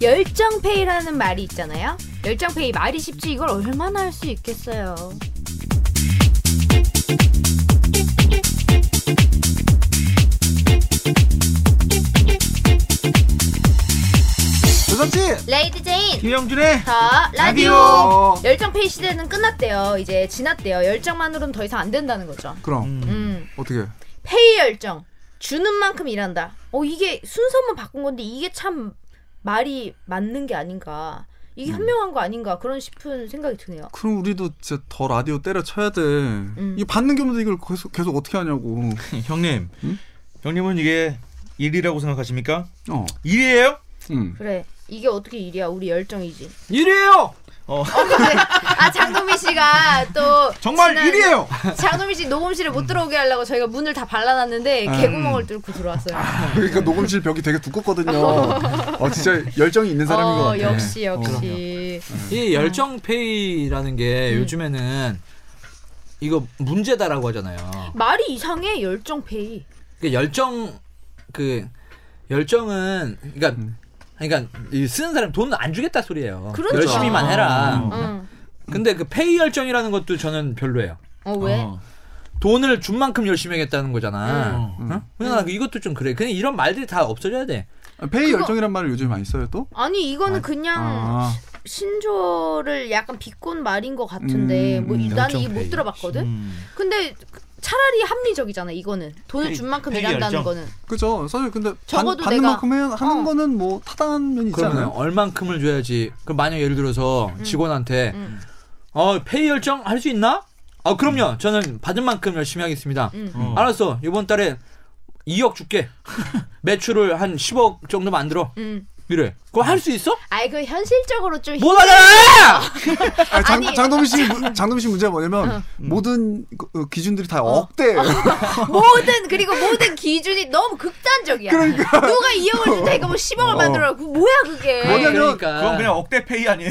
열정페이라는 말이 있잖아요. 열정페이 말이 쉽지 이걸 얼마나 할 수 있겠어요. 조섭씨 레이드 제인 김영준의 자 라디오. 라디오. 열정페이 시대는 끝났대요. 이제 지났대요. 열정만으로는 더 이상 안 된다는 거죠. 그럼 음 어떻게 페이 열정 주는 만큼 일한다. 어 이게 순서만 바꾼 건데 이게 참 말이 맞는 게 아닌가. 이게 현명한 거 아닌가 그런 싶은 생각이 드네요. 그럼 우리도 진짜 더 라디오 때려쳐야 돼 이거 받는 게 없는데 이걸 계속, 계속 어떻게 하냐고 음, 형님, 응? 형님은 이게 일이라고 생각하십니까? 어 일이에요? 음. 그래 이게 어떻게 일이야 우리 열정이지. 일이에요 어, 네. 아 장동민 씨가 또 정말 지난- 일이에요. 장동민 씨 녹음실에 못 들어오게 하려고 저희가 문을 다 발라놨는데 개구멍을 뚫고 들어왔어요. 그러니까 녹음실 벽이 되게 두껍거든요 어 진짜 열정이 있는 사람인 것 어, 같아 역시 역시. 이 열정페이라는 음. 게 요즘에는 이거 문제다라고 하잖아요. 말이 이상해 열정 페이. 그 열정 그 열정은 그러니까 그러니까 이 쓰는 사람 돈 안 주겠다 소리예요. 음. 그렇죠. 음. 열심히만 해라. 어. 응. 근데 그 페이 열정이라는 것도 저는 별로예요. 어 왜? 어. 돈을 준 만큼 열심히 하겠다는 거잖아. 음. 응? 그러니까 나 이것도 좀 그래. 그냥 이런 말들이 다 없어져야 돼. 아, 페이 그거- 음. 열정이란 말을 요즘 많이 써요 또? 아니 이거는 그냥 아, 신조를 약간 비꼰 말인 것 같은데 음, 뭐 음, 나는 열정 이거 못 페이. 들어봤거든. 음. 근데 차라리 합리적이잖아 이거는 돈을 페이- 준 만큼 페이 일한다는 열정. 거는. 그죠 사실 근데 받, 적어도 받는 내가- 만큼 해, 하는 어. 거는 뭐 타당한 면이 그러면 있잖아요 얼만큼을 줘야지. 그럼 만약 예를 들어서 직원한테 음. 어 페이 열정 할 수 있나? 아 그럼요. 저는 받은 만큼 열심히 하겠습니다. 음. 어. 알았어. 이번 달에 2억 줄게. 매출을 한 10억 정도 만들어. 음. 이래. 그거 할 수 있어? 아이 그 현실적으로 좀 못 하잖아! 아, 장, 아니- 장동민 씨 문- 장동민 씨 문제가 뭐냐면 모든 그- 그 기준들이 다 억대 모든 그리고 모든 기준이 너무 극단적이야. 누가 2억을 준다 이거 뭐 10억을 만들어. 그 뭐야 그게. 뭐냐면- 그러니까 그건 그냥 억대 페이 아니에요?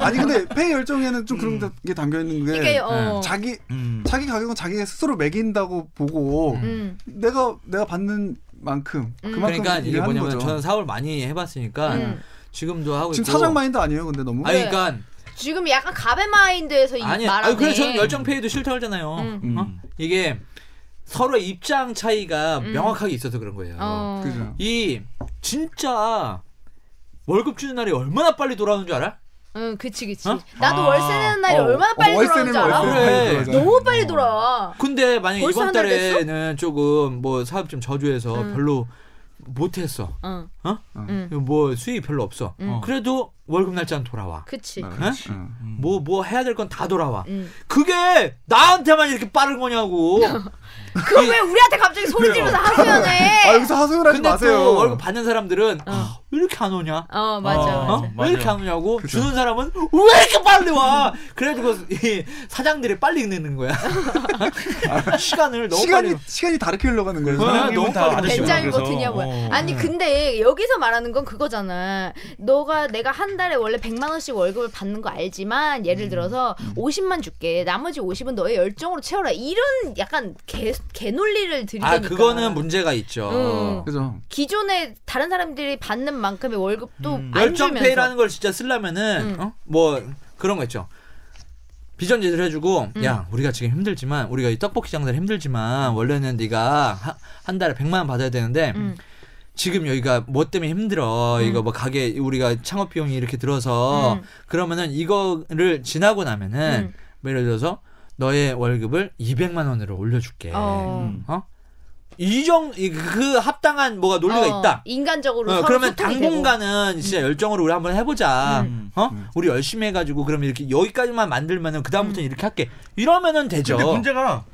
아니 근데 페이 열정에는 좀 그런 음. 게 담겨 있는 게 이게 어. 자기 음. 자기 가격은 자기가 스스로 매긴다고 보고 음. 내가 내가 받는 만큼 그만큼 그러니까 이게 일하는 뭐냐면 거죠. 저는 사업을 많이 해봤으니까 음. 지금도 하고 지금 있고 사장 마인드 아니에요, 근데 너무 아니 그러니까 지금 약간 가베 마인드에서 이 아니 말하네. 아니 그래 저는 열정 페이도 싫다고 하잖아요 음. 음. 어? 이게 서로의 입장 차이가 명확하게 있어서 그런 거예요 음. 어. 그죠. 이 진짜 월급 주는 날이 얼마나 빨리 돌아오는 줄 알아? 응, 그치 그치. 어? 나도 아. 월세 내는 날이 어, 얼마나 어, 빨리 월세 돌아오는 줄 내면 알아? 월세 어. 그래. 빨리 돌아가잖아. 너무 빨리 돌아와. 근데 만약에 벌써 이번 한달 됐어? 음. 달에는 조금 뭐 사업 좀 저조해서 별로 못했어 응. 어? 응. 뭐 수입이 별로 없어 음. 그래도 월급 날짜는 돌아와 그치. 아, 응. 그렇지. 응. 네. 음. 뭐 뭐 해야 될 건 다 돌아와 그게 나한테만 이렇게 빠른 거냐고. 그걸 왜 우리한테 갑자기 소리 지르면서 아 하소연해? 여기서 하소연 하지 근데 마세요. 또 월급 받는 사람들은 아, 왜 이렇게 안 오냐? 어 맞아 어. 어? 맞아. 맞아요. 왜 이렇게 안 오냐고? 주는 사람은 왜 이렇게 빨리 와? 그래가지고 이 사장들이 빨리 내는 거야. 시간을 너무 시간이 빨리. 시간이 다르게 흘러가는 거예요. 그래. 형님은 너무 다 빨리 아저씨구나, 벤자민 그래서. 버튼이야 뭐야. 어. 아니 근데 여기서 말하는 건 그거잖아. 너가 내가 한 달에 원래 100만 원씩 월급을 받는 거 알지만 예를 들어서 50만 줄게. 나머지 50은 너의 열정으로 채워라. 이런 약간 개 개논리를 들이니까. 아 그거는 문제가 있죠. 음. 그죠. 기존에 다른 사람들이 받는 만큼의 월급도 음. 음. 안 주면서. 열정페이라는 걸 진짜 쓰려면은 음. 어? 뭐 그런 거 있죠. 비전 제시를 해주고 음. 야 우리가 지금 힘들지만 우리가 이 떡볶이 장사를 힘들지만 원래는 네가 하- 한 달에 100만 원 받아야 되는데 음. 지금 여기가 뭐 때문에 힘들어 이거 뭐 가게 우리가 창업 비용이 이렇게 들어서 음. 그러면은 이거를 지나고 나면은 음. 뭐 예를 들어서 너의 월급을 200만 원으로 예. 올려줄게 어. 음. 어? 이정그 합당한 뭐가 논리가 어, 있다 인간적으로 어, 서로 그러면 소통이 당분간은 진짜 열정으로 우리 한번 해보자. 음. 어? 우리 열심히 해가지고 그럼 이렇게 여기까지만 만들면은 그 다음부터는 이렇게 할게. 이러면은 되죠. 근데 문제가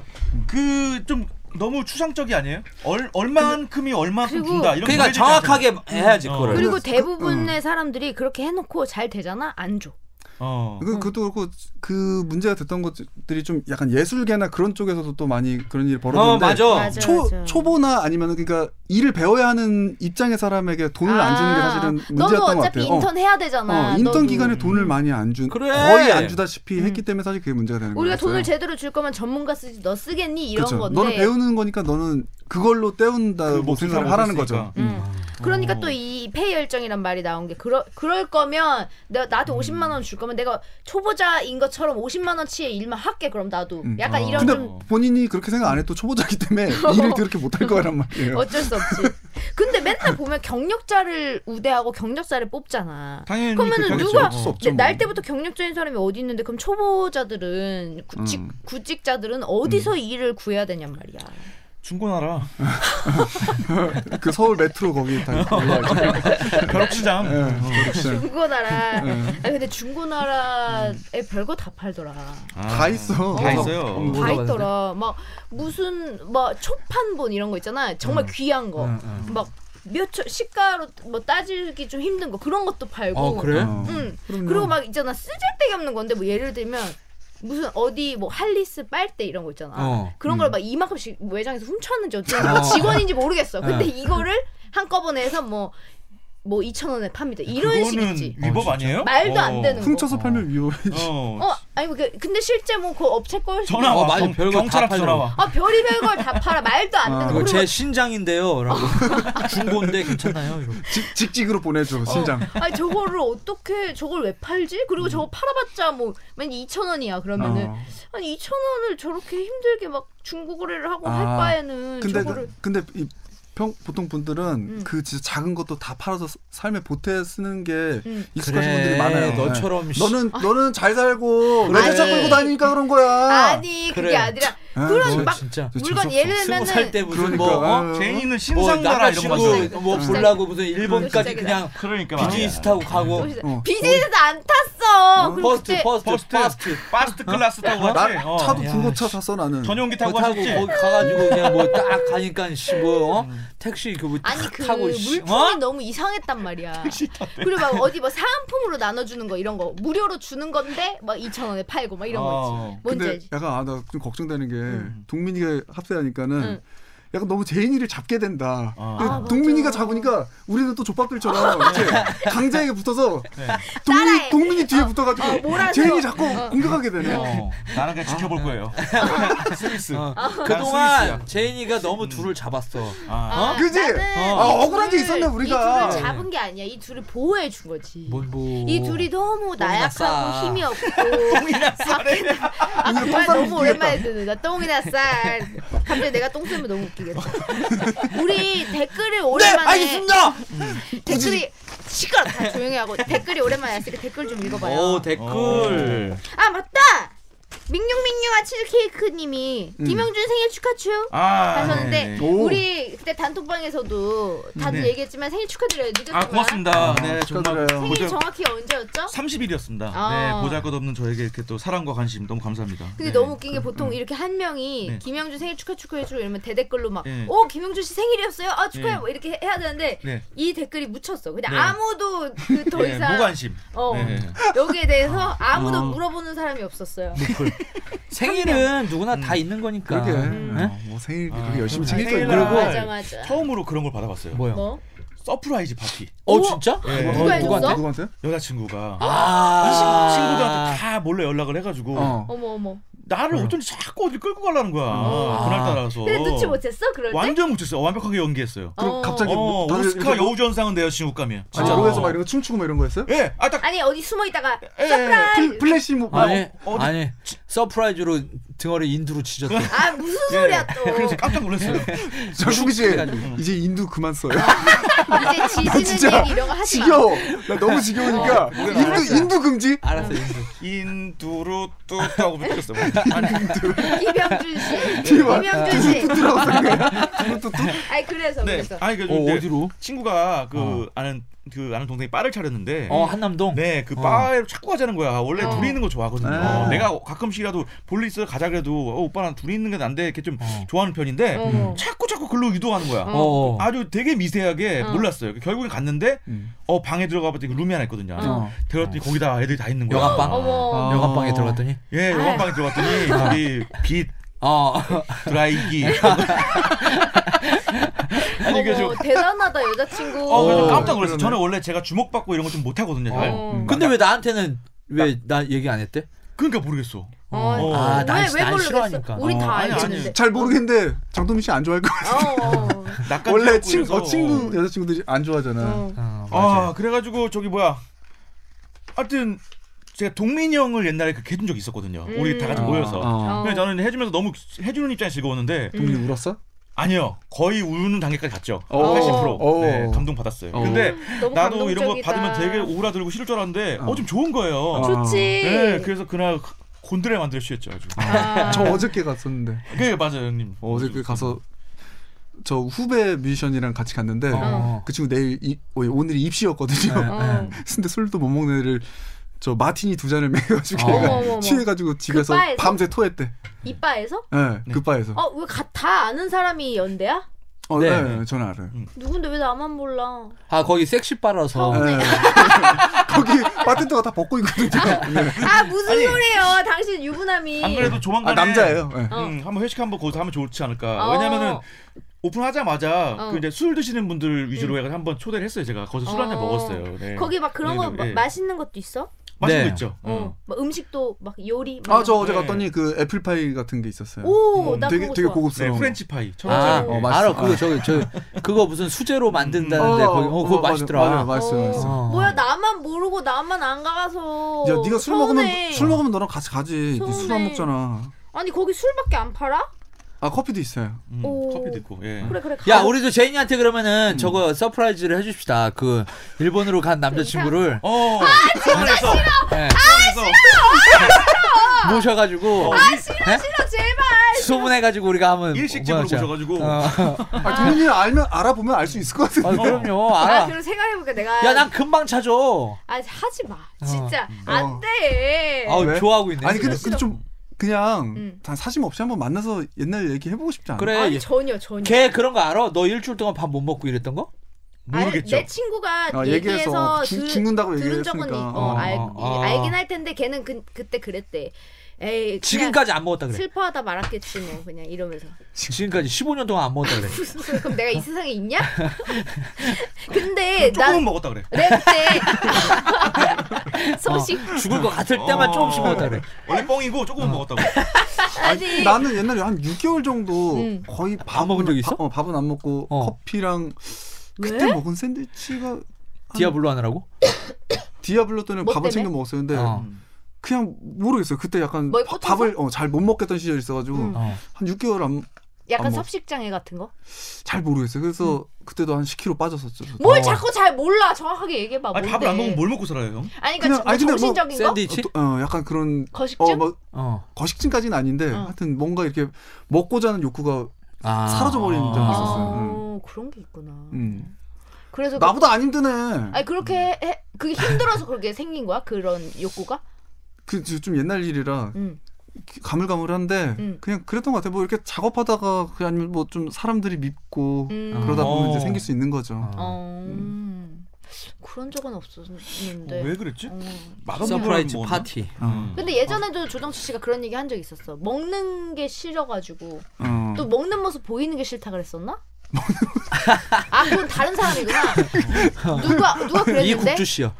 그 좀 너무 추상적이 아니에요? 얼 얼만큼이 얼만큼 그리고- 준다. 이런 그러니까 논리들이 있잖아요. 정확하게 해야지 어. 되고. 그거를. 그리고 음. 대부분의 사람들이 그렇게 해놓고 잘 되잖아 안 줘. 어. 그, 그것도 그렇고 그 문제가 됐던 것들이 좀 약간 예술계나 그런 쪽에서도 또 많이 그런 일이 벌어졌는데 어 맞아. 맞아. 초 맞아. 초보나 아니면 그러니까 일을 배워야 하는 입장의 사람에게 돈을 안 주는 게 사실은 문제였던 아, 너도 것 어차피 같아요. 어. 인턴 해야 되잖아. 어, 인턴 너도. 기간에 돈을 많이 안 준, 그래. 거의 안 주다시피 했기 때문에 사실 그게 문제가 되는 거예요. 우리가 돈을 제대로 줄 거면 전문가 쓰지 너 쓰겠니 이런 그쵸. 건데. 너는 배우는 거니까 너는 그걸로 때운다고 그 목숨 생각을 사고 하라는 썼으니까. 거죠. 음. 그러니까 어. 또 이 페이 열정이란 말이 나온 게 그러, 그럴 거면 내가 나한테 음. 50만 원 줄 거면 내가 초보자인 것처럼 50만 원치의 일만 할게 그럼 나도 음. 약간 어. 이런 근데 좀 본인이 그렇게 생각 안 해도 초보자기 때문에 일을 그렇게 못할 거란 말이에요. 어쩔 수 없지. 근데 맨날 보면 경력자를 우대하고 경력자를 뽑잖아. 당연히 그러면은 그렇겠죠. 누가 어쩔 수 없죠. 내- 뭐. 날 때부터 경력적인 사람이 어디 있는데 그럼 초보자들은 구직 음. 구직자들은 어디서 음. 일을 구해야 되냔 말이야. 중고나라 그 서울 메트로 거기 다 올라와 있죠. 벼락시장. 어. 예, 음. 그렇죠. 중고나라. 예. 아 근데 중고나라에 음. 별거 다 팔더라. 다 있어. 아, 그렇죠. 다 있어요. 음. 다 올라가는데? 있더라. 막 무슨 막 초판본 이런 거 있잖아. 정말 음. 귀한 거. 응, 응. 막몇초 시가로 뭐 따지기 좀 힘든 거 그런 것도 팔고. 어 그래? 어. 응. 그럼요. 그리고 막 있잖아 쓰잘데기 없는 건데 뭐 예를 들면 무슨 어디 뭐 할리스 빨대 이런 거 있잖아. 어. 그런 걸 막 이만큼씩 뭐 매장에서 훔쳤는지 어쩌 어. 직원인지 모르겠어. 근데 어. 이거를 한꺼번에 해서 뭐 뭐 2천 원에 팝니다. 이런 그거는 식이지. 위법 아니에요? 말도 안 어. 되는 거. 훔쳐서 팔면 위험해. 어. 어 아니 그, 근데 실제 뭐 그 업체 걸 전화 어, 와. 맞아. 경, 별거 경찰 다 앞 전화 팔더라고. 와. 아 별의별 걸 다 팔아 말도 안 되는 거. 아, 이거 그리고 제 신장인데요라고 중고인데 괜찮나요? 이거. 직, 직직으로 보내줘 어. 신장. 아니 저거를 어떻게 저걸 왜 팔지? 그리고 저거 팔아봤자 뭐 만약 2천 원이야 그러면은 어. 아니 2천 원을 저렇게 힘들게 막 중고 거래를 하고 할 아, 바에는 근데 저거를 음. 그- 근데 이 평, 보통 분들은 그 진짜 작은 것도 다 팔아서 스- 삶에 보태 쓰는 게 음. 아. 익숙하신 분들이 많아요. 너처럼 네. 씨. 너는 너는 잘 살고 그래. 외제차 끌고 다니니까 그런 거야. 아니 그게 그래. 아니라 아, 뭐 그런 너 막 어, 진짜 저 물건 재수없어. 예를 스무 들면은 살때 무슨 그러니까. 뭐 어? 아유. 제인이는 뭐 신상나라 나라 이런 거 같아. 치고 뭐 음. 보려고 무슨 일본까지 시작이다. 그냥 그러니까 비즈니스 타고 가고 어디서- 어. 비즈니스 안 탔어. 그리고 퍼스트 그때 퍼스트 퍼스트. 퍼스트 파스트 클래스 타고 나 갔지. 어. 차도 야, 중고차 샀어 나는. 전용기 그거 타고 타고 갔지. 거기 가가지고 그냥 뭐 딱 가니까 씨뭐 어? 택시 그뭐 아니 그 타고 씨 물품이 어? 너무 이상했단 말이야. 그리고 막 어디 뭐 사은품으로 나눠주는 거 이런 거 무료로 주는 건데 막 2천 원에 팔고 막 이런 거 어. 있지. 뭔지 근데 알지? 약간 아, 나 좀 걱정되는 게 음. 동민이가 합세하니까는 응. 약간 너무 제인이를 잡게 된다. 아. 근데 음. 아, 맞아. 동민이가 잡으니까 우리는 또 족밥들처럼 아. 이제 강자에게 붙어서 네. 동민이, 따라해. 동민이 뒤에 붙어가지고 어, 몰아서. 제인이 자꾸 공격하게 되네. 어. 나는 그냥 지켜볼 거예요. 스미스. 어. 아. 난 스미스야. 음. 그동안 제인이가 너무 둘을 잡았어 아. 아, 그지? 나는 어. 이 아, 억울한 게 둘을- 있었네, 우리가. 이 둘을 잡은 게 아니야. 이 둘을 보호해 준 거지. 뭘뭐이 네, 이 둘이 너무 싸. 나약하고 힘이 없고 아, 그 말 똥싸면 너무 오랜만에 듣는다. 똥이나 쌀. 갑자기 내가 똥 쓰면 너무 웃기겠다. 우리 네, 댓글을 오랜만에 댓글이 시끄러. 다 조용히 하고 댓글이 오랜만에 왔으니까 댓글 좀 읽어봐요. 오 댓글 아 맞다. 민용민용아 치즈케이크님이 음. 김영준 생일 축하추. 아. 하셨는데 네. 오. 우리 그때 단톡방에서도 다들 네. 얘기했지만 생일 축하드려요. 늦었지만. 아 고맙습니다. 아, 네 정말 축하드려요. 생일이 보잘 정확히 언제였죠? 30일이었습니다. 아. 네 보잘것없는 저에게 이렇게 또 사랑과 관심 너무 감사합니다. 근데 네. 너무 웃긴 게 보통 이렇게 한 명이 네. 김영준 생일 축하 축하해주고 이러면 대댓글로 막, 네. 오, 김영준 씨 생일이었어요? 아, 축하해! 네. 뭐 이렇게 해- 해야 되는데, 네. 이 댓글이 묻혔어. 근데 네. 아무도 그 더 네, 이상, 무관심. 어, 네. 여기에 대해서 아무도 아. 네, 물어보는 사람이 없었어요. 생일은 누구나 다 음. 있는 거니까 그러게. 네? 어, 뭐 생일 아, 그렇게 열심히 그럼 챙길 거 생일날. 있나? 그리고- 맞아, 맞아. 처음으로 그런 걸 받아봤어요. 뭐야 뭐? 서프라이즈 파티. 어 오! 진짜 네. 누가 어, 누구한테? 해줬어? 누구한테? 여자친구가 이 아 친- 친구들한테 다 몰래 연락을 해가지고 어. 어머, 뭐? 어머. 나를 어쩐지 자꾸 어디 끌고 가려는 거야. 그날 따라서. 근데 눈치 못 챘어? 그럴 때? 완전 못했어. 완벽하게 연기했어요. 그럼 어. 갑자기 어, 뭐 다들 오스카 이렇게 여우전상은 내 여친 옷감이야. 진짜 아. 로에서 막 이런 거 춤추고 막 이런 거였어요? 예, 아 딱. 아니, 어디 숨어 있다가, 예, 예. 서프라이즈! 플- 플래시 뭐 아니 어디- 아니 서프라이즈로 등어리 인두로 찢었대 아, 무슨 예. 소리야, 또. 그래서 깜짝 놀랐어요. 저기 이제 그래가지고. 이제 인두 그만 써요. 그 아, 이제 나 지지는 진짜 얘기 이런 거 아, 하지 마. 어. 지겨워. 나 너무 지겨우니까 인두 인두 금지. 알았어 인두 예. 인두루 뚜하고 붙였어. 김영준 씨. 제발. 김영준 씨. 뚜뚜라고 쓴 거야. 뚜뚜뚜. 아니, 그래서, 네. 그래서. 아니 그 어 근데 어디로 친구가 그 어. 아는 그 아는 동생이 바를 차렸는데. 어 한남동 네, 그 어. 바에 자꾸 가자는 거야. 원래 어. 둘이 있는 거 좋아하거든요. 아. 내가 가끔씩이라도 볼일 있어 가자 그래도 어, 오빠랑 둘이 있는 게 난데 이렇게 좀 어. 좋아하는 편인데 어머. 음. 자꾸 자꾸 글로 유도하는 거야. 어. 아주 되게 미세하게 어. 몰랐어요. 결국엔 갔는데 음. 어 방에 들어가 봤더니 그 룸이 하나 있거든요. 어. 들어갔더니 거기다 애들이 다 있는 거야. 여관방? 어머. 아. 아. 여관방에 들어갔더니 예, 영화방에 들어갔더니 저기 빛 어 드라이기 아니 그 어머, 좀 대단하다 여자친구. 어, 그래서 오. 깜짝 그러네. 놀랐어요. 저는 원래 제가 주목받고 이런 거 좀 못하거든요. 잘. 어. 근데 왜 나한테는 왜 나 얘기 안 했대? 그러니까 모르겠어. 어, 어. 아, 왜, 난- 왜 난 모르겠어? 싫어하니까. 우리 어, 다 아니, 아니. 알겠는데. 잘 모르겠는데 장동민 씨 안 좋아할 것 같아. 어, 어. 낯간 원래 태웠고 친, 어, 이래서. 친구 여자친구들이 안 좋아하잖아. 어. 어, 맞아요. 아 그래가지고 저기 뭐야 하여튼 제가 동민이 형을 옛날에 그렇게 해준 적이 있었거든요 음. 우리 다 같이 아, 어, 모여서 어. 근데 저는 해주면서 너무 해주는 입장이 즐거웠는데 동민이 울었어? 아니요 거의 우는 단계까지 갔죠 오. 80% 네, 오. 감동 받았어요 오. 근데 너무 나도 이런 거 감동적이다. 받으면 되게 오그라들고 싫을 줄 알았는데 어. 어 좀 좋은 거예요 좋지. 네 그래서 그날 곤드레 만들어 취했죠 아주 아. 저 어저께 갔었는데 그게 맞아요 형님 어저께 네, 그 가서 저 후배 뮤지션이랑 같이 갔는데 어. 그 친구 내일 이, 어, 오늘 입시였거든요. 어. 근데 술도 못 먹는 애를 저 마티니 두 잔을 먹여가지고 어머, 걔가 어머, 어머. 취해가지고 집에서 바에서? 밤새 토했대. 이빠에서? 예, 네. 그 바에서. 어, 왜 다 아는 사람이 연대야? 어, 네. 네. 저는 알아요. 누군데 왜 나만 몰라? 아 거기 섹시 바라서 어. 아, 예. 거기 바텐더가 다 벗고 있거든요. 네. 네. 아, 무슨 아니. 소리예요? 당신 유부남이. 안아 그래도 네. 조만간에 남자예요. 예. 어. 음, 한번 회식 한번 거기서 하면 좋지 않을까 어. 왜냐면은 오픈하자마자 어. 음. 그 이제 술 드시는 분들 위주로 해서 한번 초대를 했어요 제가 거기서 술 한 잔 어. 먹었어요 네. 거기 막 그런 거 네, 마- 네. 맛있는 것도 있어? 맛있는 네. 거 있죠 어. 막 음식도 막 요리. 막 아, 저 어제 네. 갔더니 그 애플파이 같은 게 있었어요. 오, 음, 나 되게 그거 되게 좋아. 네, 고급스러운. 프렌치 파이 천 아, 원짜리 음, 어, 맛있어. 알아 그거 아. 저기 저 그거 무슨 수제로 만든다는데 거기 어 그거 맞아, 맛있더라 맞아, 맛있어요. 어. 맛있어요. 어. 뭐야 나만 모르고 나만 안 가서. 야, 네가 술 어, 서운해. 먹으면 술 먹으면 너랑 같이 가지. 네 술 안 서운해. 먹잖아. 아니 거기 술밖에 안 팔아? 아, 커피도 있어요. 음, 오. 커피도 있고 예. 그래 그래. 가. 야 우리도 제인이한테 그러면은 저거 서프라이즈를 해줍시다 그 일본으로 간 남자친구를 어, 아 진짜 싫어 예, 모셔가지고 어, 일- 예? 싫어 제발. 소문해가지고 우리가 한번 일식집으로 뭐였죠? 모셔가지고 어. 아, 동민이 알면 알아보면 알 수 있을 것 같은데. 아, 그럼요 아, 알아 그럼 생각해볼게 내가. 야 난 금방 찾아 아 하지 마. 진짜 어. 안 돼. 아우 왜? 좋아하고 있네 아니 근데, 근데 좀 그냥 음. 다 사심 없이 한번 만나서 옛날 얘기 해보고 싶지 않아? 그래 아니 얘- 전혀 전혀. 걔 그런 거 알아? 너 일주일 동안 밥 못 먹고 이랬던 거? 모르겠죠. 아니, 내 친구가 아, 얘기해서 얘기해서 죽- 들- 죽는다고 들은 적은 있, 얘기했으니까. 어, 어, 알, 어, 어. 알긴 할 텐데 걔는 그, 그때 그랬대. 에이 그냥 지금까지 안 먹었다 그래 슬퍼하다 말았겠지 뭐 그냥 이러면서 지금까지 15년 동안 안 먹었다 그래 무슨 소리, 그럼 내가 이 세상에 있냐? 근데 조금은 난 먹었다 그래 내가 그때 소식 어, 죽을 것 같을 때만 어. 조금씩 먹었다 그래 어. 원래 뻥이고 조금은 먹었다고 아니 나는 옛날에 한 6개월 정도 음. 거의 안 먹은 적 있어? 밥, 어, 밥은 안 먹고 어. 커피랑 그때 왜? 먹은 샌드위치가 디아블로 하느라고? 디아블로 때는 뭐 밥은 때문에? 챙겨 먹었었는데 어. 음. 그냥 모르겠어요. 그때 약간 뭐에 바- 꽂혀서? 밥을 어, 잘 못 먹겠던 시절이 있어가지고 음. 어. 한 6개월 안, 약간 안 먹- 섭식장애 같은 거? 잘 모르겠어요. 그래서 그때도 한 10kg 빠졌었죠. 저도. 음. 뭘 어. 자꾸 잘 몰라 정확하게 얘기해봐 아니 뭔데. 밥을 안 먹으면 뭘 먹고 살아요 형? 아니 그냥- 그러니까 아니, 근데 뭐 정신적인 거? 샌드위치? 어, 또- 어, 약간 그런 거식증? 어, 막 어. 거식증까지는 아닌데 어. 하여튼 뭔가 이렇게 먹고자 하는 욕구가 아. 사라져버리는 적이 아, 있었어요. 그런 게 있구나 음. 그래서 그- 나보다 안 힘드네. 아니 그렇게 해, 그게 힘들어서 그렇게 생긴 거야 그런 욕구가? 그 좀 옛날 일이라 응. 가물가물한데 음. 그냥 그랬던 것 같아요. 뭐 이렇게 작업하다가 그 아니면 뭐 좀 사람들이 밉고 음. 아, 그러다 음. 보면 어. 이제 생길 수 있는 거죠. 어. 어. 그런 적은 없었는데. 음. 왜 그랬지? 어. 맛없는 뭐 음. 걸 서프라이즈 먹었나? 파티. 어. 근데 예전에도 조정치 씨가 그런 얘기 한 적 있었어. 먹는 게 싫어가지고 어. 또 먹는 모습 보이는 게 싫다 그랬었나? 아 그건 다른 사람이구나. 누가 누가 그랬는데 이국주 씨요.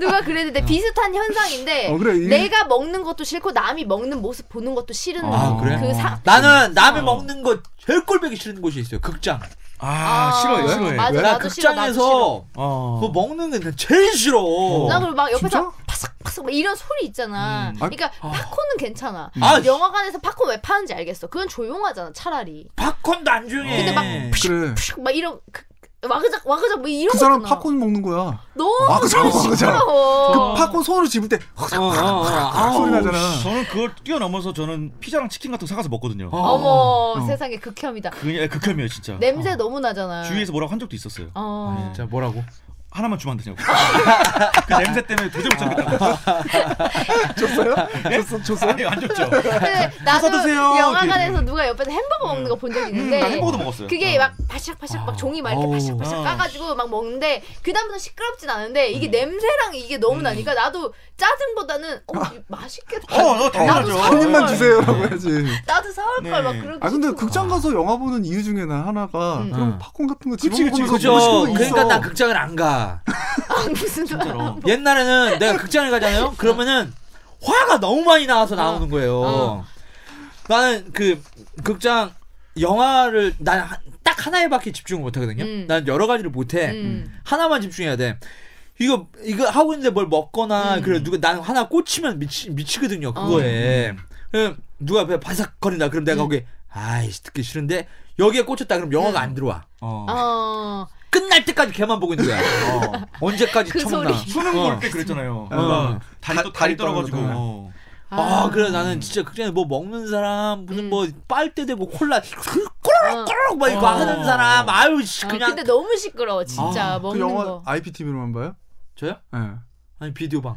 누가 그랬는데 비슷한 현상인데 어, 그래. 이게- 내가 먹는 것도 싫고 남이 먹는 모습 보는 것도 싫은 아, 그래? 그 사. 음. 나는 남의 어. 먹는 거 제일 꼴보기 싫은 곳이 있어요. 극장. 아, 싫어요 싫어해 맞아 왜? 나 나도 싫어 나도 싫어. 극장에서 어. 그거 먹는 게 난 제일 싫어. 나 그리고 막 옆에서 진짜? 파삭파삭 막 이런 소리 있잖아. 음. 아, 그러니까 팝콘은 괜찮아. 아, 영화관에서 팝콘 왜 파는지 알겠어. 그건 조용하잖아 차라리. 팝콘도 안 어, 조용해. 근데 막 그래. 푸슉 막 이런 그, 그, 와그작 와그작 뭐 이런 그 사람 거잖아. 팝콘 먹는 거야. 너무 와그작 와그작. 시끄러워. 그 팝콘 손으로 집을 때 어, 어, 어. 아우, 소리 나잖아. 저는 그걸 뛰어넘어서 저는 피자랑 치킨 같은 거 사가서 먹거든요 어. 어머 어. 세상에 극혐이다. 그냥 극혐이에요 진짜 냄새 너무 나잖아. 어. 주위에서 네. 뭐라고 한 적도 있었어요 어. 진짜 뭐라고? 하나만 주면 안 되냐고 그 냄새 때문에 도저히 못 참겠다고 줬어요? 예? 줬어, 줬어요? 아니 안 줬죠 근데 나도 어서 드세요. 영화관에서 누가 옆에서 햄버거 먹는 거 본 적이 있는데 음, 나 햄버거도 먹었어요 아. 그게 막 바샥바샥 막 종이 막 이렇게 어우. 바샥바샥 어. 까가지고 막 먹는데 그 다음부터 시끄럽진 않은데 음. 이게 냄새랑 이게 너무 나니까 나도 짜증보다는 어 이거 맛있겠다. 아. 어, 어, 당연하죠. 나도 한 사올 입만 걸. 주세요라고 음. 해야지. 나도 사올 걸 막 네. 그런. 아 근데 극장 가서 영화 보는 이유 중에 나 하나가 음. 그런 음. 팝콘 같은 거 그치, 집어 먹으면서 그치, 그죠? 맛있는 거 있어. 그러니까 난 극장을 안 가. 아, 무슨 소리. 진짜로 옛날에는 내가 극장을 가잖아요. 그러면은 화가 너무 많이 나와서 나오는 거예요. 어. 나는 그 극장 영화를 난 딱 하나에밖에 집중을 못 하거든요. 음. 난 여러 가지를 못 해. 음. 하나만 집중해야 돼. 이거 이거 하고 있는데 뭘 먹거나 음. 그래 누가 난 하나 꽂히면 미치 어. 미치거든요 그거에 그럼 누가 옆에 바삭거린다 음. 그럼 내가 거기 아이씨 듣기 싫은데 여기에 꽂혔다 그럼 영화가 안 들어와 어. 어. 끝날 때까지 걔만 보고 있는 거야 어. 언제까지 그 청나 소리. 수능 어. 볼 때 그랬잖아요. 어. 뭔가 다리 다- 또 다리 다리 떨어가지고. 떨어져서. 어. 아, 그래 나는 진짜 극장에 뭐 먹는 사람 무슨 음. 뭐 빨대 대고 콜라 그 꼬르륵 막 이거 어. 하는 사람 아유 씨 아, 그냥 근데 너무 시끄러워 진짜 아, 그 먹는 영화 거. IPTV로만 봐요? 저요? 예. 아니 비디오 방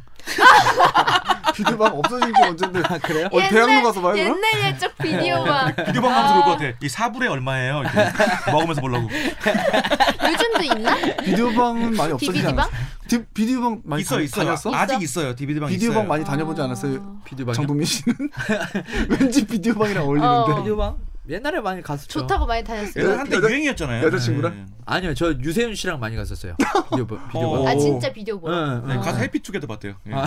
비디오방 없어진 게 언젠데. 아, 그래요? 어, 대학로 가서 봐요, 그럼? 옛날 옛적 비디오방. 비디오 방송 들어올 것 같아. 이 사불에 얼마예요? 이렇게 먹으면서 보려고. 아, 요즘도 있나? 비디오방은 많이 없어지지 비비디방? 않았어요? 디- 비디오방 많이 있어 다- 있어. 요 다녔어? 아직 있어요. DVD방 비디오방 있어요. 많이 다녀보지 않았어요? 아. 비디오 방 정동민 씨는? 왠지 비디오방이랑 어울리는데. 어. 비디오 방 옛날에 많이 갔었죠 좋다고 많이 다녔어요. 예전에 한때 여자- 유행이었잖아요. 여자친구랑? 네. 아니요, 저 유세윤 씨랑 많이 갔었어요. 비디오 방. 비디오 어. 방. 아 진짜 비디오 어. 응, 보러. 응. 네, 아. 가서 해피투게더 봤대요. 예. 아,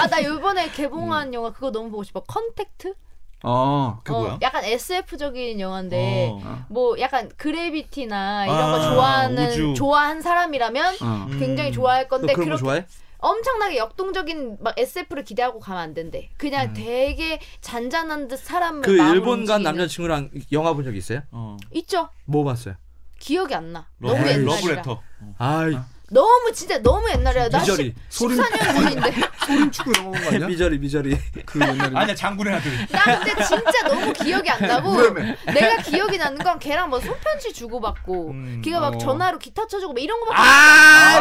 아나 요번에 개봉한 영화 그거 너무 보고 싶어. 컨택트? 어. 그게 어, 뭐야? 약간 SF적인 영화인데 어. 뭐 약간 그래비티나 이런 아, 거 좋아하는 우주. 좋아한 사람이라면 어. 굉장히 음. 좋아할 너 건데 그런 거 그렇게 좋아해? 엄청나게 역동적인 막 SF를 기대하고 가면 안 된대. 그냥 되게 잔잔한 듯 사람을 그 마음을 일본 간 움직이는- 남자친구랑 영화 본 적 있어요? 어. 있죠. 뭐 봤어요? 기억이 안 나. 러브, 너무 에이, 옛날이라. 러브레터. 아, 너무 진짜 너무 옛날이야. 나 미저리. 14년 전인데. 소림 축구 이런 거 아니야? 미저리, 미저리. 그 옛날에. 아니야 장군의 아들. 나 근데 진짜 너무 기억이 안 나고 무렴해. 내가 기억이 나는 건 걔랑 뭐 손편지 주고받고 음, 걔가 막 어. 전화로 기타 쳐주고 막 이런 거밖에 아,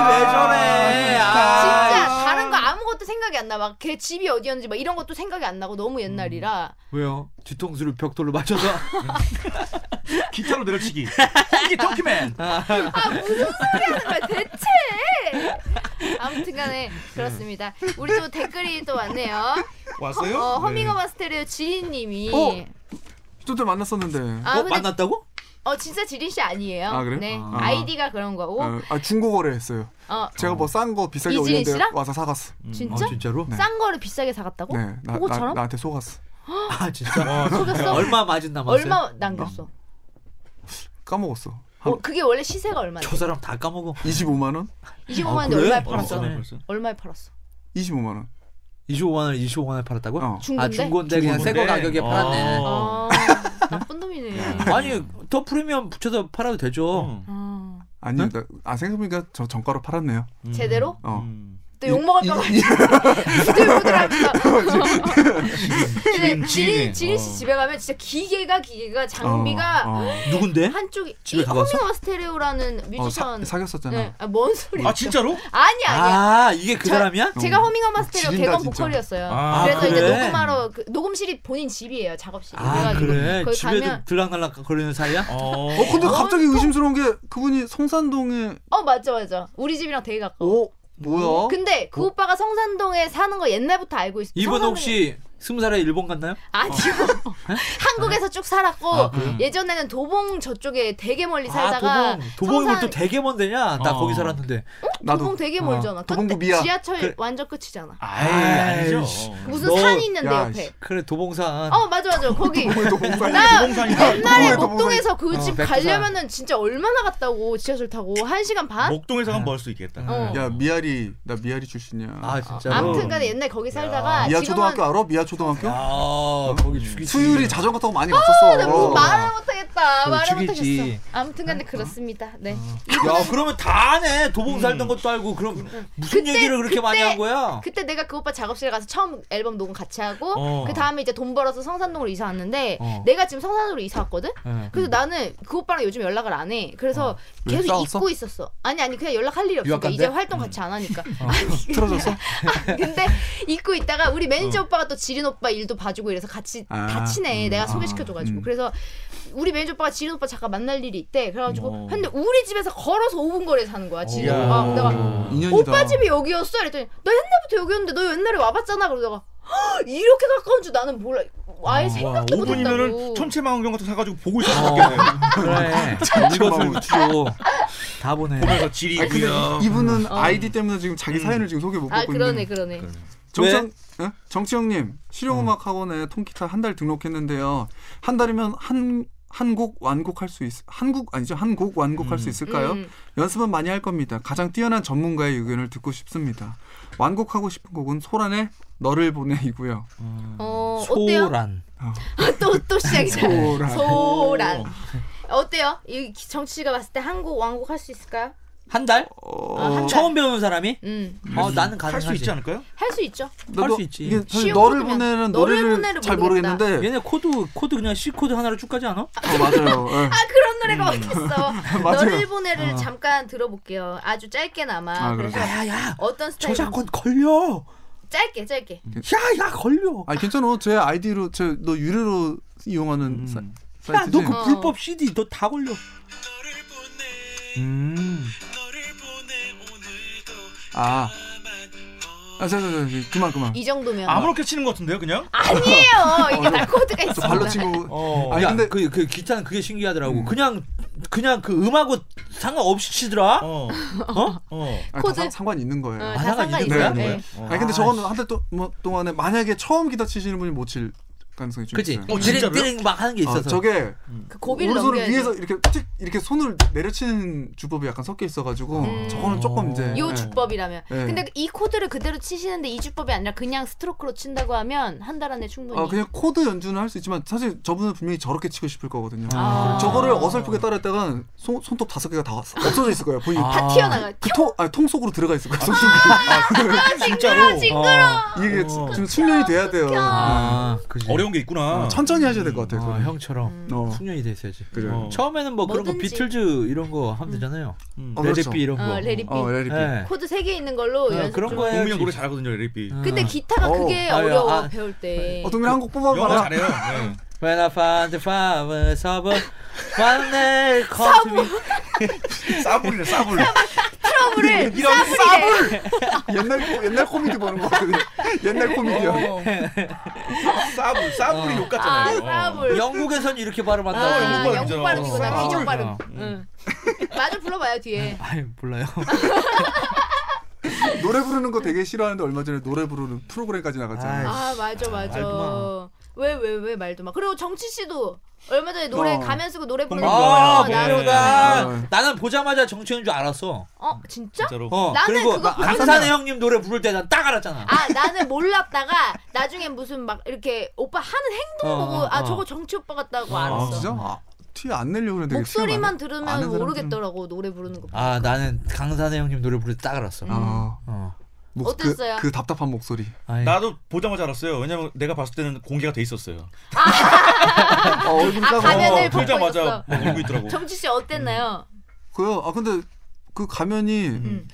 왜 저래? 아, 진짜 아. 다른 거 아무것도 생각이 안 나. 막 걔 집이 어디였는지 막 이런 것도 생각이 안 나고 너무 음. 옛날이라. 왜요? 뒤통수를 벽돌로 맞춰서 기타로 내려치기. 홍기 터키맨. 아 무슨 소리 하는 거야 대체? 아무튼간에 그렇습니다. 우리 또 댓글이 또 왔네요. 왔어요? 어, 네. 허밍어바 스테레오 지린님이 어? 저때 만났었는데. 아 어, 근데 만났다고? 어 진짜 지린 씨 아니에요. 아, 그래요? 네 아. 아. 이디가 그런 거고 아, 아, 중고 거래했어요. 어 음. 제가 뭐 싼 거 비싸게 이진희 올렸는데 씨랑? 와서 사갔어. 진짜? 아, 진짜로? 네. 싼 거를 비싸게 사갔다고? 네, 나, 나, 그거처럼? 나한테 속았어. 아, 진짜. 와, 속였어? 얼마 맞은 남았어요? 얼마 남겼어? 까먹었어. 한 어, 그게 원래 시세가 얼마인데? 저 사람 다 까먹어. 25만 원? 25만 원인데 그래? 얼마에 아, 어, 팔았어? 비싸네. 벌써. 얼마에 팔았어? 25만 원. 25만 원, 25만 원에 팔았다고? 어. 중고인데? 아, 중고인데 그냥 중고인데? 새거 가격에 팔았네. 네. 어. 아, 나쁜 놈이네. 아니, 더 프리미엄 붙여서 팔아도 되죠. 어. 아, 아니, 나, 아 생각해보니까 저 정가로 팔았네요. 음. 제대로? 어. 음. 또 욕먹을까 봐 부들부들합니다. 근데 지린 지린 씨 어. 집에 가면 진짜 기계가 기계가 장비가 어, 어. 누군데? 한쪽이 네? 집에 이 가봤어? 허밍어 스테레오라는 어, 사, 뮤지션 사귀었었잖아. 네. 아, 뭔 소리야? 아 진짜로? 아니 아니야. 아, 이게 그 저- 사람이야? 제가 허밍어 마스테리오 지린다, 개건 진짜. 보컬이었어요. 아, 그래서 이제 그래? 녹음하러 그, 녹음실이 본인 집이에요, 작업실. 아, 그래. 거기 집에도 가면 들락날락 거리는 사이야? 어. 어, 근데 갑자기 의심스러운 게 그분이 성산동에 어 맞아 맞아. 우리 집이랑 되게 가까워. 어 뭐야? 근데 그 오빠가 성산동에 사는 거 옛날부터 알고 있어. 이분 성산동에- 혹시 스무 살에 일본 갔나요? 아니요. 한국에서 쭉 살았고 아, 그래요? 예전에는 도봉 저쪽에 되게 멀리 살다가 아, 도봉. 도봉이 성산- 뭘또 되게 먼데냐? 나 어. 거기 살았는데. 도봉 되게 멀잖아. 어, 도봉구 끝- 미야. 지하철 그래. 완전 끝이잖아. 아이, 아이씨. 아니죠. 무슨 너- 산이 있는데 야, 옆에. 그래, 도봉산. 어 맞아 맞아 거기. 나 도봉산이다. 옛날에 도봉에, 도봉에. 목동에서 그 어, 집 백두산. 가려면은 진짜 얼마나 갔다고 지하철 타고 한 시간 반? 목동에서 가면 멀 수 있겠다. 아? 어. 야 미아리 나 미아리 출신이야. 아, 진짜로. 아무튼간에 그 옛날 거기 살다가 미아 지금은 초등학교 알아? 미아 초등학교? 아, 거기 죽이지. 수율이 자전거 타고 많이 갔었어. 나 무슨 뭐 말을 못하겠다. 그걸 말을 죽이지. 못하겠어. 아무튼간에 그렇습니다. 네. 야, 그러면 다 아네. 도봉 살던 것도 알고. 그럼 무슨 그때- 얘기를 그렇게 많이 그때- 한 거야? 그때 내가 그 오빠 작업실에 가서 처음 앨범 녹음 같이 하고 어. 그 다음에 이제 돈 벌어서 성산동으로 이사 왔는데 어. 내가 지금 성산동으로 이사 왔거든. 네. 그래서 나는 그 오빠랑 요즘 연락을 안 해. 그래서 왜? 계속 싸웠어? 잊고 있었어. 아니 아니 그냥 연락할 일이 없으니까 유학 간대? 음. 이제 활동 같이 안 하니까. 아니 틀어졌어? 근데 잊고 있다가 우리 매니저 오빠가 또 지린 오빠 일도 봐주고 이래서 같이 아, 다치네. 내가 소개시켜줘가지고. 그래서 우리 매니저 오빠가 지린 오빠 잠깐 만날 일이 있대. 그래가지고 근데 우리 집에서 걸어서 5분 거리에 사는 거야. 지린 오. 오빠. 내가 음. 인연이다. 오빠 집이 여기였어? 이랬더니 나 옛날부터 여기였는데 너 옛날에 와봤잖아. 그러고 내가 "헉, 이렇게 가까운 줄 나는 몰라. 아예 생각도 5분이면은 못했다고. 어. 천체망원경 같은 거 사가지고 보고 있을 수 있겠네. 그래. 이것을 천천망울. 붙이고. 4분에 보면서 아, 근데 지리고요. 이- 이분은 어. 아이디 때문에 지금 자기 음. 사연을 지금 소개 못 아 받고 있는. 그러네 그러네. 정치형, 예? 정치형님 실용음악 학원에 통기타 한 달 등록했는데요. 한 달이면 한 한 곡 완곡할 수 있, 한곡 아니죠? 한 곡 완곡할 수 음. 있을까요? 음. 연습은 많이 할 겁니다. 가장 뛰어난 전문가의 의견을 듣고 싶습니다. 완곡하고 싶은 곡은 소란의 너를 보내이고요. 어 어때요? 아, 소란 또 또 시작이잖아. 소란. 소란. 어때요? 이 정치 씨가 봤을 때 한국 왕국 할 수 있을까요? 한 달? 어, 아, 한 달. 처음 배우는 사람이? 음, 어, 나는 할 가능하지. 수 있지 않을까요? 할 수 있죠. 너- 할수 너- 있지. 이게 사실 쉬운 너를 코드면 보내는 너를 너를 보내를 잘 모르겠다. 예? 모르겠는데 얘네 코드 코드 그냥 C 코드 하나로 쭉 가지 않아? 어, 맞아요. 예. 아 그런 노래가 어딨어. 맞아요. 너를 보내를 어. 잠깐 들어볼게요. 아주 짧게나마. 아, 그래서 그러죠. 야야 어떤 네. 스타일? 저작권 걸려. 짧게 짧게. 야야 걸려. 아 괜찮아. 제 아이디로 제 너 유료로 이용하는 음. 사, 야 사이트지. 너 그 어. 불법 CD 너 다 걸려. 음. 아. 아, 자, 자, 자, 자, 그만 그만. 이 정도면 아무렇게 치는 것 같은데요, 그냥? 아니에요. 이게 다 코드가 어, 네. 저 있습니다. 발로 치고 어. 아니, 야, 음. 근데- 그, 그 기타는 그게 신기하더라고. 그냥 그냥 그 음하고 상관없이 치더라. 어. 어? 어. 아, 다 코드. 상, 관이 있는 거예요. 어, 아, 다 하나가 상관 있는 있어요. 거야? 네. 아니 근데 저거는 한 달 동안에 만약에 처음 기타 치시는 분이 못 칠 가능성이 좀 그치? 있어요. 어, 띠링 진짜로요? 띠링 막 하는 게 어, 있어서. 저게 그 고비를 오른손을 넘겨야지. 위에서 이렇게 찍 이렇게 손을 내려치는 주법이 약간 섞여 있어가지고 음. 저거는 조금 이제 요 예. 주법이라면. 네. 근데 이 코드를 그대로 치시는데 이 주법이 아니라 그냥 스트로크로 친다고 하면 한 달 안에 충분히. 아 그냥 코드 연주는 할 수 있지만 사실 저분은 분명히 저렇게 치고 싶을 거거든요. 아. 저거를 어설프게 따라했다가 손, 손톱 다섯 개가 다 없어져 있을 거예요. 보이 다 튀어나가. 그 통, 아니, 통 속으로 들어가 있을 거예요. 손톱이. 아, 아, 진짜로. 징그러. 이게 어. 지금 숙련이 돼야 돼요. 네. 아, 그지. 어려운 게 있구나. 어, 천천히 하셔야 될 것 아, 같아요. 그거는. 형처럼 어. 숙련이 됐어야지. 그래요. 어. 처음에는 뭐 그런 거 음. 뭐든지. 비틀즈 이런 거 하면 되잖아요. 음. 어, 레제피 그렇죠. 이런 거. 어, 레리피. 어, 레리피. 예. 코드 세 개 있는 걸로 어, 연습 그런 좀. 거야. 동민이 형 노래 잘하거든요, LP. 근데 어. 기타가 네, 어. 그게 아, 야, 어려워 아. 배울 때. 어, 동민 한곡 영어 뽑아봐라. 잘해요. 네. When I found the flowers of a one day come to me. 네. 싸불이래, 싸불. 트러블을 네, 이런 싸불. 옛날 옛날 코미디 보는 거 같거든요. 옛날 어. 코미디요. 싸불, 싸불이 욕 아 같잖아요. 어. 트러블. 영국에서는 이렇게 발음한다고. 아, 영국 영국 발음이잖아. 발음이구나. 어. 귀족 발음. 어. 응. 마저 불러봐요 뒤에. 아이 몰라요. 노래 부르는 거 되게 싫어하는데 얼마 전에 노래 부르는 프로그램까지 나갔잖아요. 아 맞아 맞아. 말도마. 왜 왜 왜 말도 마. 그리고 정치 씨도 얼마 전에 노래 어. 가면 쓰고 노래 부르는 아, 거 네. 나오잖아요. 뭐야. 네. 나는 보자마자 정치인 줄 알았어. 어 진짜? 진짜로. 어, 나는 그리고 그거 나- 강산의 형님 노래 부를 때 난 딱 알았잖아. 아 나는 몰랐다가 나중에 무슨 막 이렇게 오빠 하는 행동 어, 보고 어, 아 어. 저거 정치 오빠 같다고 아, 알았어. 진짜? 아, 티안 내려고 했는데 목소리만 아는 들으면 사람들은- 모르겠더라고 노래 부르는 거. 아, 나는 강산의 형님 노래 부를 때 딱 알았어. 음. 아, 어. 목, 어땠어요? 그, 그 답답한 목소리. 아이, 네. 나도 보자마자 알았어요. 왜냐면 내가 봤을 때는 공개가 돼 있었어요. 아, 얼굴 아, 까고. 가면을 어, 보자마자 벗고 막 울고 있더라고. 정치 씨 어땠나요? 그요. 아 근데 그 가면이 음.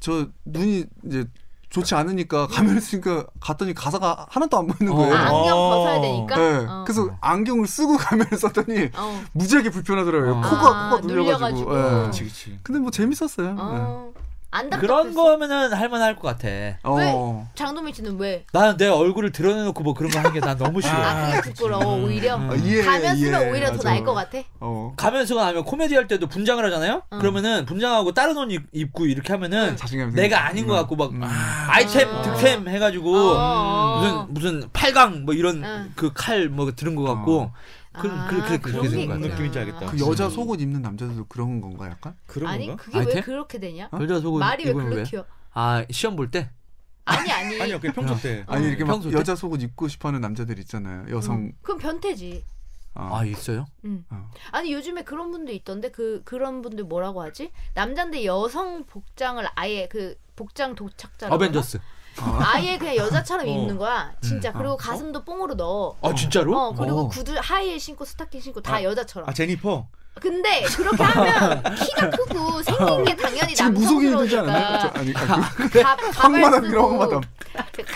저 눈이 이제 좋지 않으니까 가면을 쓰니까 갔더니 가사가 하나도 안 보이는 거예요. 아, 안경 어. 벗어야 되니까. 음. 네. 어. 그래서 안경을 쓰고 가면을 썼더니 어. 무지하게 불편하더라고요. 아, 코가 코가 눌려가지고. 눌려가지고. 예. 어, 그치, 그치. 근데 뭐 재밌었어요. 네. 어. 안 네. 그런 답답했어. 거면은 할만할 것 같아. 예. 어. 왜? 장동민 씨는 왜? 나는 내 얼굴을 드러내놓고 뭐 그런 거 하는 게 난 너무 싫어. 아, 그게 부끄러워 오히려. 음. 아, 이해해, 가면 쓰면 이해해. 오히려 더 맞아. 나을 것 같아. 어. 가면 쓰고 나면 코미디 할 때도 분장을 하잖아요. 어. 음. 그러면은 분장하고 다른 옷 입- 입고 이렇게 하면은 자신감이 내가 생기지. 아닌 것 같고 막 음. 아이템 아. 득템 해가지고 어. 무슨 무슨 팔강 뭐 이런 응. 그 칼 뭐 들은 것 같고 그 아, 그 그렇게 그렇게 그런 게 되는 거 있구나. 같아요. 느낌인지 알겠다. 그 여자 속옷 입는 남자들도 그런 건가 약간? 그런 아니 건가? 그게 왜 아이템? 그렇게 되냐? 여자 속옷 말이 왜 입으면 그렇게 왜? 튀어? 아 시험 볼 때? 아니 아니. 어. 아니요, 그냥 평소 때. 아니 이렇게 막 평소 때? 여자 속옷 입고 싶어하는 남자들 있잖아요. 여성. 음. 그럼 변태지. 어. 아 있어요? 응. 어. 아니 요즘에 그런 분도 있던데 그 그런 분들 뭐라고 하지? 남잔데 여성 복장을 아예 그 복장 도착자라고. 어벤져스. 음. 하나? 아예 그냥 여자처럼 어. 입는 거야. 진짜 그리고 가슴도 뽕으로 넣어. 아 진짜로? 어 그리고 어. 구두 하이힐 신고 스타킹 신고 다 아, 여자처럼. 아 제니퍼. 근데 그렇게 하면 키가 크고 생긴 게 당연히 지금 무속인이 되지 않았나? 남성스러우니까 저, 아니 아, 그, 가, 가발 황마담이라 황마담. 쓰고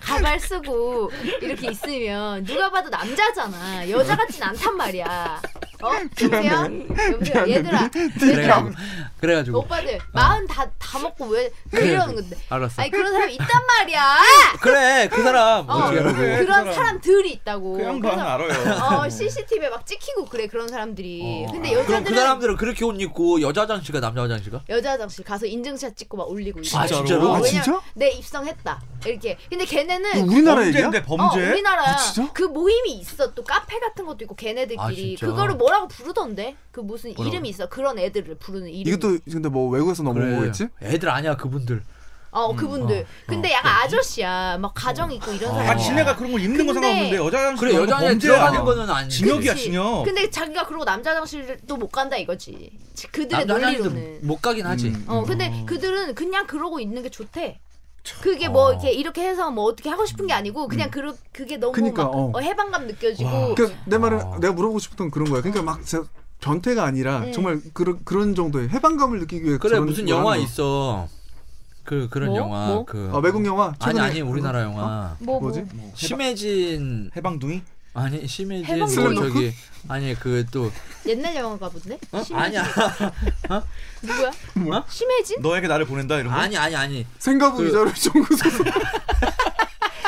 가발 쓰고 이렇게 있으면 누가 봐도 남자잖아 여자 같진 않단 말이야 어? 여보세요? 여보세요? 얘들아 그래가지고, 그래가지고 오빠들 마흔 다, 다 먹고 왜, 왜 이러는 건데 알았어. 아니 그런 사람이 있단 말이야 그래 그 사람 어, 어떻게 알고? 그래, 그런 그럼. 사람들이 있다고 그 양반 그래서 알아요. 어, CCTV에 막 찍히고 그래 그런 사람들이 근데 그럼 여자들은 그 사람들은 그렇게 옷 입고 여자 화장실가 남자 화장실가? 여자 화장실 가서 인증샷 찍고 막 올리고 이래. 아, 진짜로? 어, 아, 왜냐면 진짜? 내 입성했다 이렇게 근데 걔네는 우리나라 얘기야? 범죄인데 어, 범죄. 우리나라야. 아, 진짜? 그 모임이 있어. 또 카페 같은 것도 있고 아, 걔네들끼리 진짜? 그거를 뭐라고 부르던데? 그 무슨 뭐라고? 이름이 있어. 그런 애들을 부르는 이름. 이것도 근데 뭐 외국에서 넘어온 거겠지? 애들 아니야 그분들. 어 그분들. 어, 근데 어, 약간 아저씨야. 막 가정 있고 이런 사람. 아 진해가 그런 거 입는 거 근데- 상관없는데 여자 화장실 가는 그래 거 여자 화장실 범죄야. 들어가는 거는 아니지. 징역이야 그치. 징역. 근데 자기가 그러고 남자 화장실도 못 간다 이거지. 지- 그들의 남자 논리로는. 화장실도 못 가긴 하지. 음. 어 근데 그들은 그냥 그러고 있는 게 좋대. 그게 뭐 어. 음. 이렇게 이렇게 해서 뭐 어떻게 하고 싶은 게 아니고 그냥 그 그게 너무 그니까, 막 어. 어, 해방감 느껴지고 그러니까 내 말은 어. 내가 물어보고 싶었던 그런 거야. 그러니까 막 저- 변태가 아니라 음. 정말 그런 그런 정도의 해방감을 느끼기 위해 그래 저런 무슨 걸 하는 영화 거야. 있어. 그 그런 뭐? 영화 뭐? 그 아 외국 영화? 아니 최근에 아니 우리나라 영화 뭐 뭐. 뭐지? 심해진 해방둥이? 아니 심해진 뭐 해방동이? 저기 아니 그또 옛날 영화가 본데? 어? 심해진? 아니야 누구야? 뭐야? 심해진? 너에게 나를 보낸다 이런 거? 아니 아니 아니 생가부 그- 이자를 정구소서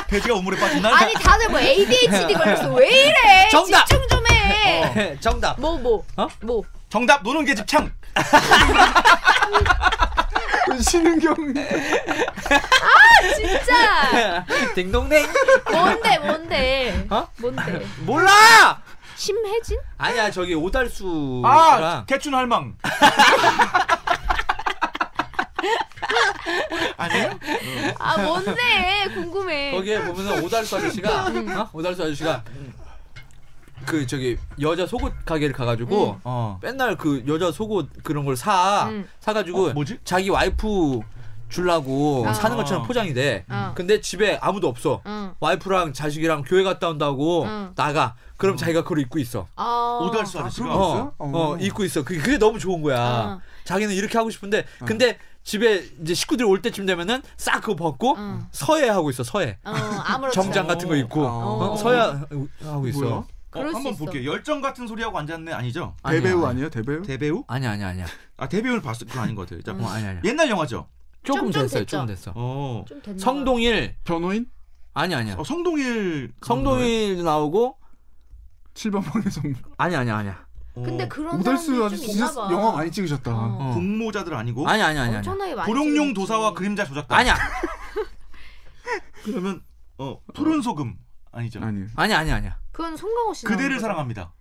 돼지가 우물에 빠진 날? 아니 다들 뭐 ADHD 걸렸어 왜 이래 정답! 집중 좀 해. 정답 뭐 뭐? 어? 뭐? 정답 노는 게 집창. 신은경 진짜 딩동댕 뭔데 뭔데? 어? 뭔데? 몰라 심혜진? 아니야 저기 오달수랑 아 개춘 할망. 아니에요? 아 뭔데? 궁금해. 거기에 보면은 오달수 아저씨가 음. 어? 오달수 아저씨가 그 저기 여자 속옷 가게를 가가지고 어. 맨날 그 여자 속옷 그런 걸 사 음. 사가지고 어, 뭐지? 자기 와이프 주려고 아. 사는 것처럼 포장이 돼. 어. 근데 집에 아무도 없어. 응. 와이프랑 자식이랑 교회 갔다 온다고 응. 나가. 그럼 자기가 그걸 입고 있어. 아. 오달수 그런 아저씨가. 거 어, 있어요? 어, 어. 입고 있어. 그게, 그게 너무 좋은 거야. 어. 자기는 이렇게 하고 싶은데, 근데 집에 이제 식구들이 올 때쯤 되면은 싹 그거 벗고 응. 서예 하고 있어. 서예. 어 아무렇지. 정장 같은 거 입고 어. 어, 서예 하고 있어. 뭐야? 어, 그럴 수 한번 있어. 볼게요. 열정 같은 소리 하고 앉았네 아니죠? 아니야, 대배우 아니에요? 대배우? 대배우? 아니야 아니야 아니야. 아 대배우를 봤을 그건 아닌 것 같아요. 자, 어, 아니야 아니야. 옛날 영화죠. 조금 좀 됐어요. 됐죠. 조금 됐어. 어. 좀 됐나? 봐. 성동일 변호인? 아니 아니야. 어 성동일. 성동일 나오고 7번 방의 선물 아니 아니 아니야. 어, 근데 그런 오달수 사람들이 아저씨 좀 진짜 있나 봐. 영화 많이 찍으셨다 어. 어. 공모자들 아니고. 아니 아니 아니 아니야. 엄청나게 많이. 고룡용 찍었지. 도사와 그림자 조작가. 아니야. 그러면 어 푸른 소금 아니죠. 아니에요 아니야 아니야 아니야. 그건 송강호 씨. 그대를 나오는 사랑합니다.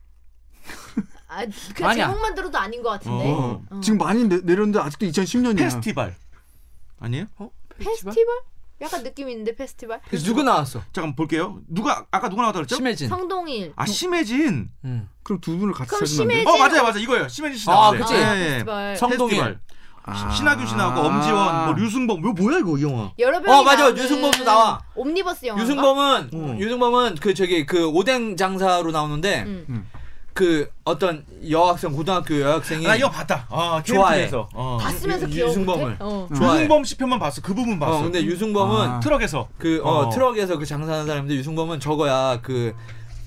거잖아. 아, 그 아니야. 제목만 들어도 아닌 것 같은데. 어. 어. 지금 많이 내, 내렸는데 아직도 2010년이야 페스티벌 아니에요? 페스티벌? 약간 느낌 있는데 페스티벌? 누구 나왔어? 잠깐 볼게요. 누가 아까 누가 나왔다 그랬죠? 심해진. 성동일. 아 심혜진. 응. 그럼 두 분을 같이 그럼 찾으면 안 돼요? 심해- 어 맞아요 맞아 이거예요. 심혜진 씨 아, 나왔네. 그치? 페스티벌. 성동일. 아. 아. 시- 신하균 씨 나오고 엄지원, 뭐 류승범, 뭐 뭐야 이거 이 영화? 여러 병이 어, 맞아. 나오는 유승범도 나와. 옴니버스 영화. 유승범은 응. 유승범은 그 저기 그 오뎅 장사로 나오는데 응. 응. 그 어떤 여학생 고등학교 여학생이 나 이거 봤다. 아 예. 좋아해. KBS에서. 어. 봤으면서 유- 기억 유승범을. 못해? 어. 좋아해. 류승범 씨 편만 봤어. 그 부분 봤어. 어, 근데 유승범은 아. 트럭에서. 그 어, 어. 트럭에서 그 장사하는 사람인데 유승범은 저거야 그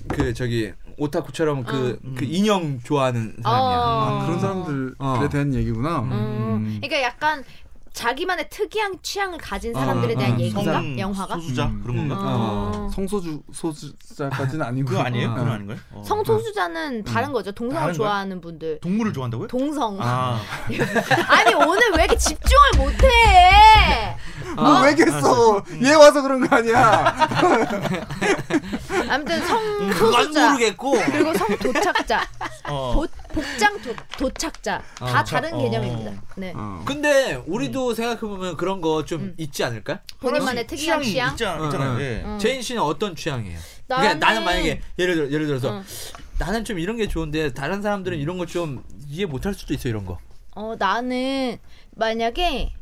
그 저기 오타쿠처럼 그, 그 인형 좋아하는 사람이야. 어. 아, 그런 사람들에 어. 대한 얘기구나 음. 그러니까 약간 자기만의 특이한 취향을 가진 사람들에 어, 대한 어, 아, 얘기인가? 아, 성 영화가? 소수자 음. 그런 건가? 아, 어. 성소주 소주자까지는 아니고 그거 아니에요? 어. 음. 그건 아닌 거예요? 어. 성소수자는 다른 거죠. 동성을 다른 거야? 좋아하는 분들. 동물을 좋아한다고요? 동성. 아. 아 니 오늘 왜 이렇게 집중을 못해? 뭐 아, 왜겠어 얘 와서 그런 거 아니야 아무튼 그건 성소수자 모르겠고. 그리고 성도착자, 어. 보, 복장 도, 도착자 다 어, 다른 어. 개념입니다. 네. 어. 아. 근데 우리도 생각해 보면 그런 거 좀 있지 않을까? 본인만의 그런 특이한 취향. 있지 않- 응, 있잖아요. 응. 예. 음. 제인 씨는 어떤 취향이에요? 나는- 그러니까 나는 만약에 예를 들어 예를 들어서 응. 나는 좀 이런 게 좋은데 다른 사람들은 이런 거 좀 이해 못 할 수도 있어 이런 거. 어 나는 만약에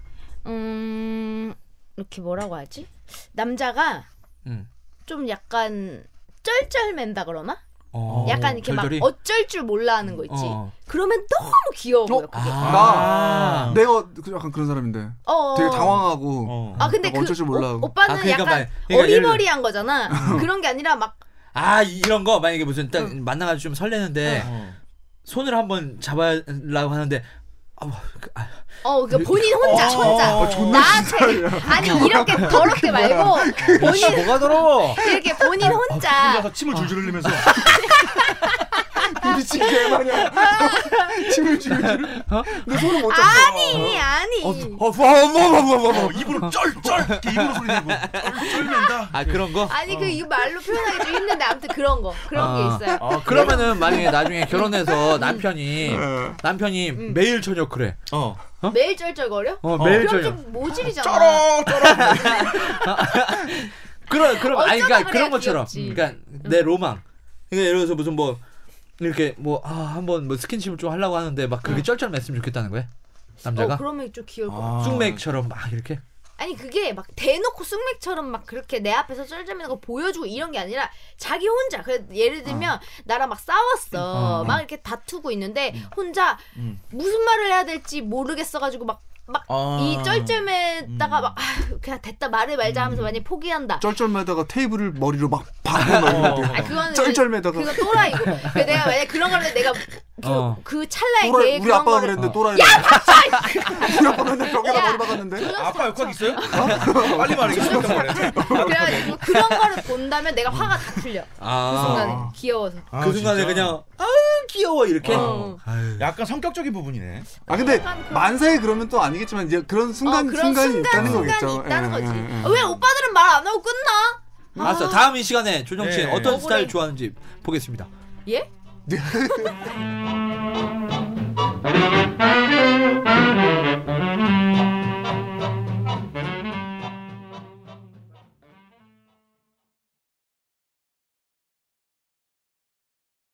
음 이렇게 뭐라고 하지? 남자가 응. 좀 약간 쩔쩔맨다 그러나? 어, 약간 이렇게 절절히? 막 어쩔 줄 몰라 하는 거 있지. 어. 그러면 너무 귀여워 보여. 그게. 아. 내가 그- 약간 그런 사람인데 어, 어. 되게 당황하고 어. 아 근데 약간 그 어쩔 줄 몰라 오, 하고. 오빠는 아, 그러니까 약간 말- 그러니까 예를 음. 들어- 어리버리한 거잖아. 그런 게 아니라 막 음. 아 이런 거 만약에 무슨 딱 만나가지고 좀 설레는데 어. 손을 한번 잡아라고 하는데 아우, 그, 아, 어, 그러니까 본인 혼자 어, 혼자 어, 존나 나한테 아니 이렇게 더럽게 말고 그, 씨, 본인 뭐가 더러워? 이렇게 본인 어, 혼자 혼자서 침을 줄줄 흘리면서 어, 미친 개마냥 침을 줄줄 근데 손을 못 잡아 아니 아니 어, 어, 뭐, 뭐, 뭐, 뭐, 뭐, 어, 뭐. 입으로 쩔쩔 이렇게 입으로 소리 내고 어, 쩔, 쩔맨다. 아 그런 거? 아니 그 이거 말로 표현하기 좀 힘든데 아무튼 그런 거 그런 아, 게 있어요. 어, 그러면은 만약에 나중에 결혼해서 남편이 예. 남편이 음. 매일 저녁 그래. 어. 매일 쩔쩔거려? 어, 어. 매일 그럼 저녁. 좀 모질이잖아. 쩔어 쩔어. 그런 그런 아니 어쩌다 그러니까 그래야 그런 것처럼. 귀엽지. 그러니까 내 로망. 그러니까 예를 들어서 무슨 뭐 이렇게 뭐 아, 한번 뭐 스킨십을 좀 하려고 하는데 막 그렇게 쩔쩔맸으면 좋겠다는 거야. 남자가 어, 그러면 좀 귀여울 것 같아. 쑥맥처럼 막 이렇게. 아니 그게 막 대놓고 숙맥처럼 막 그렇게 내 앞에서 쩔쩔매는 거 보여주고 이런 게 아니라 자기 혼자 그 예를 어. 들면 나랑 막 싸웠어 어. 막 이렇게 다투고 있는데 음. 혼자 무슨 말을 해야 될지 모르겠어 가지고 막 막 이 아. 쩔쩔매다가 막 아휴, 그냥 됐다 말을 말자 하면서 만약 포기한다. 음. 쩔쩔매다가 테이블을 머리로 막 박아놓는데 아 그거는 쩔쩔매다가 그거 또라이고. 그 내가 만약 그런 거를 내가 그, 어. 그 찰나에 또라이 걔 우리 그런 아빠가 거를 그랬는데 또라이 야 우리 아빠가 그랬는데 벽에다 야. 머리 박았는데 아빠 역학 있어요? 빨리 말해. 계속 말해. 그래가지고 그런 거를 본다면 어. 내가 화가 다 풀려. 그 순간 아. 에 귀여워서. 그 순간에 진짜? 그냥 아 귀여워 이렇게. 어. 아유. 약간 성격적인 부분이네. 아 근데 약간 그런- 만사에 그러면 또 아니겠지만 이제 그런 순간 어, 그런 순간이 있다는 순간이 거겠죠 있다는 예, 거지. 예, 예. 왜 오빠들은 말 안 하고 끝나? 알았어. 다음 이 시간에 조정치 예, 예. 어떤 억울해. 스타일 좋아하는지 보겠습니다. 예?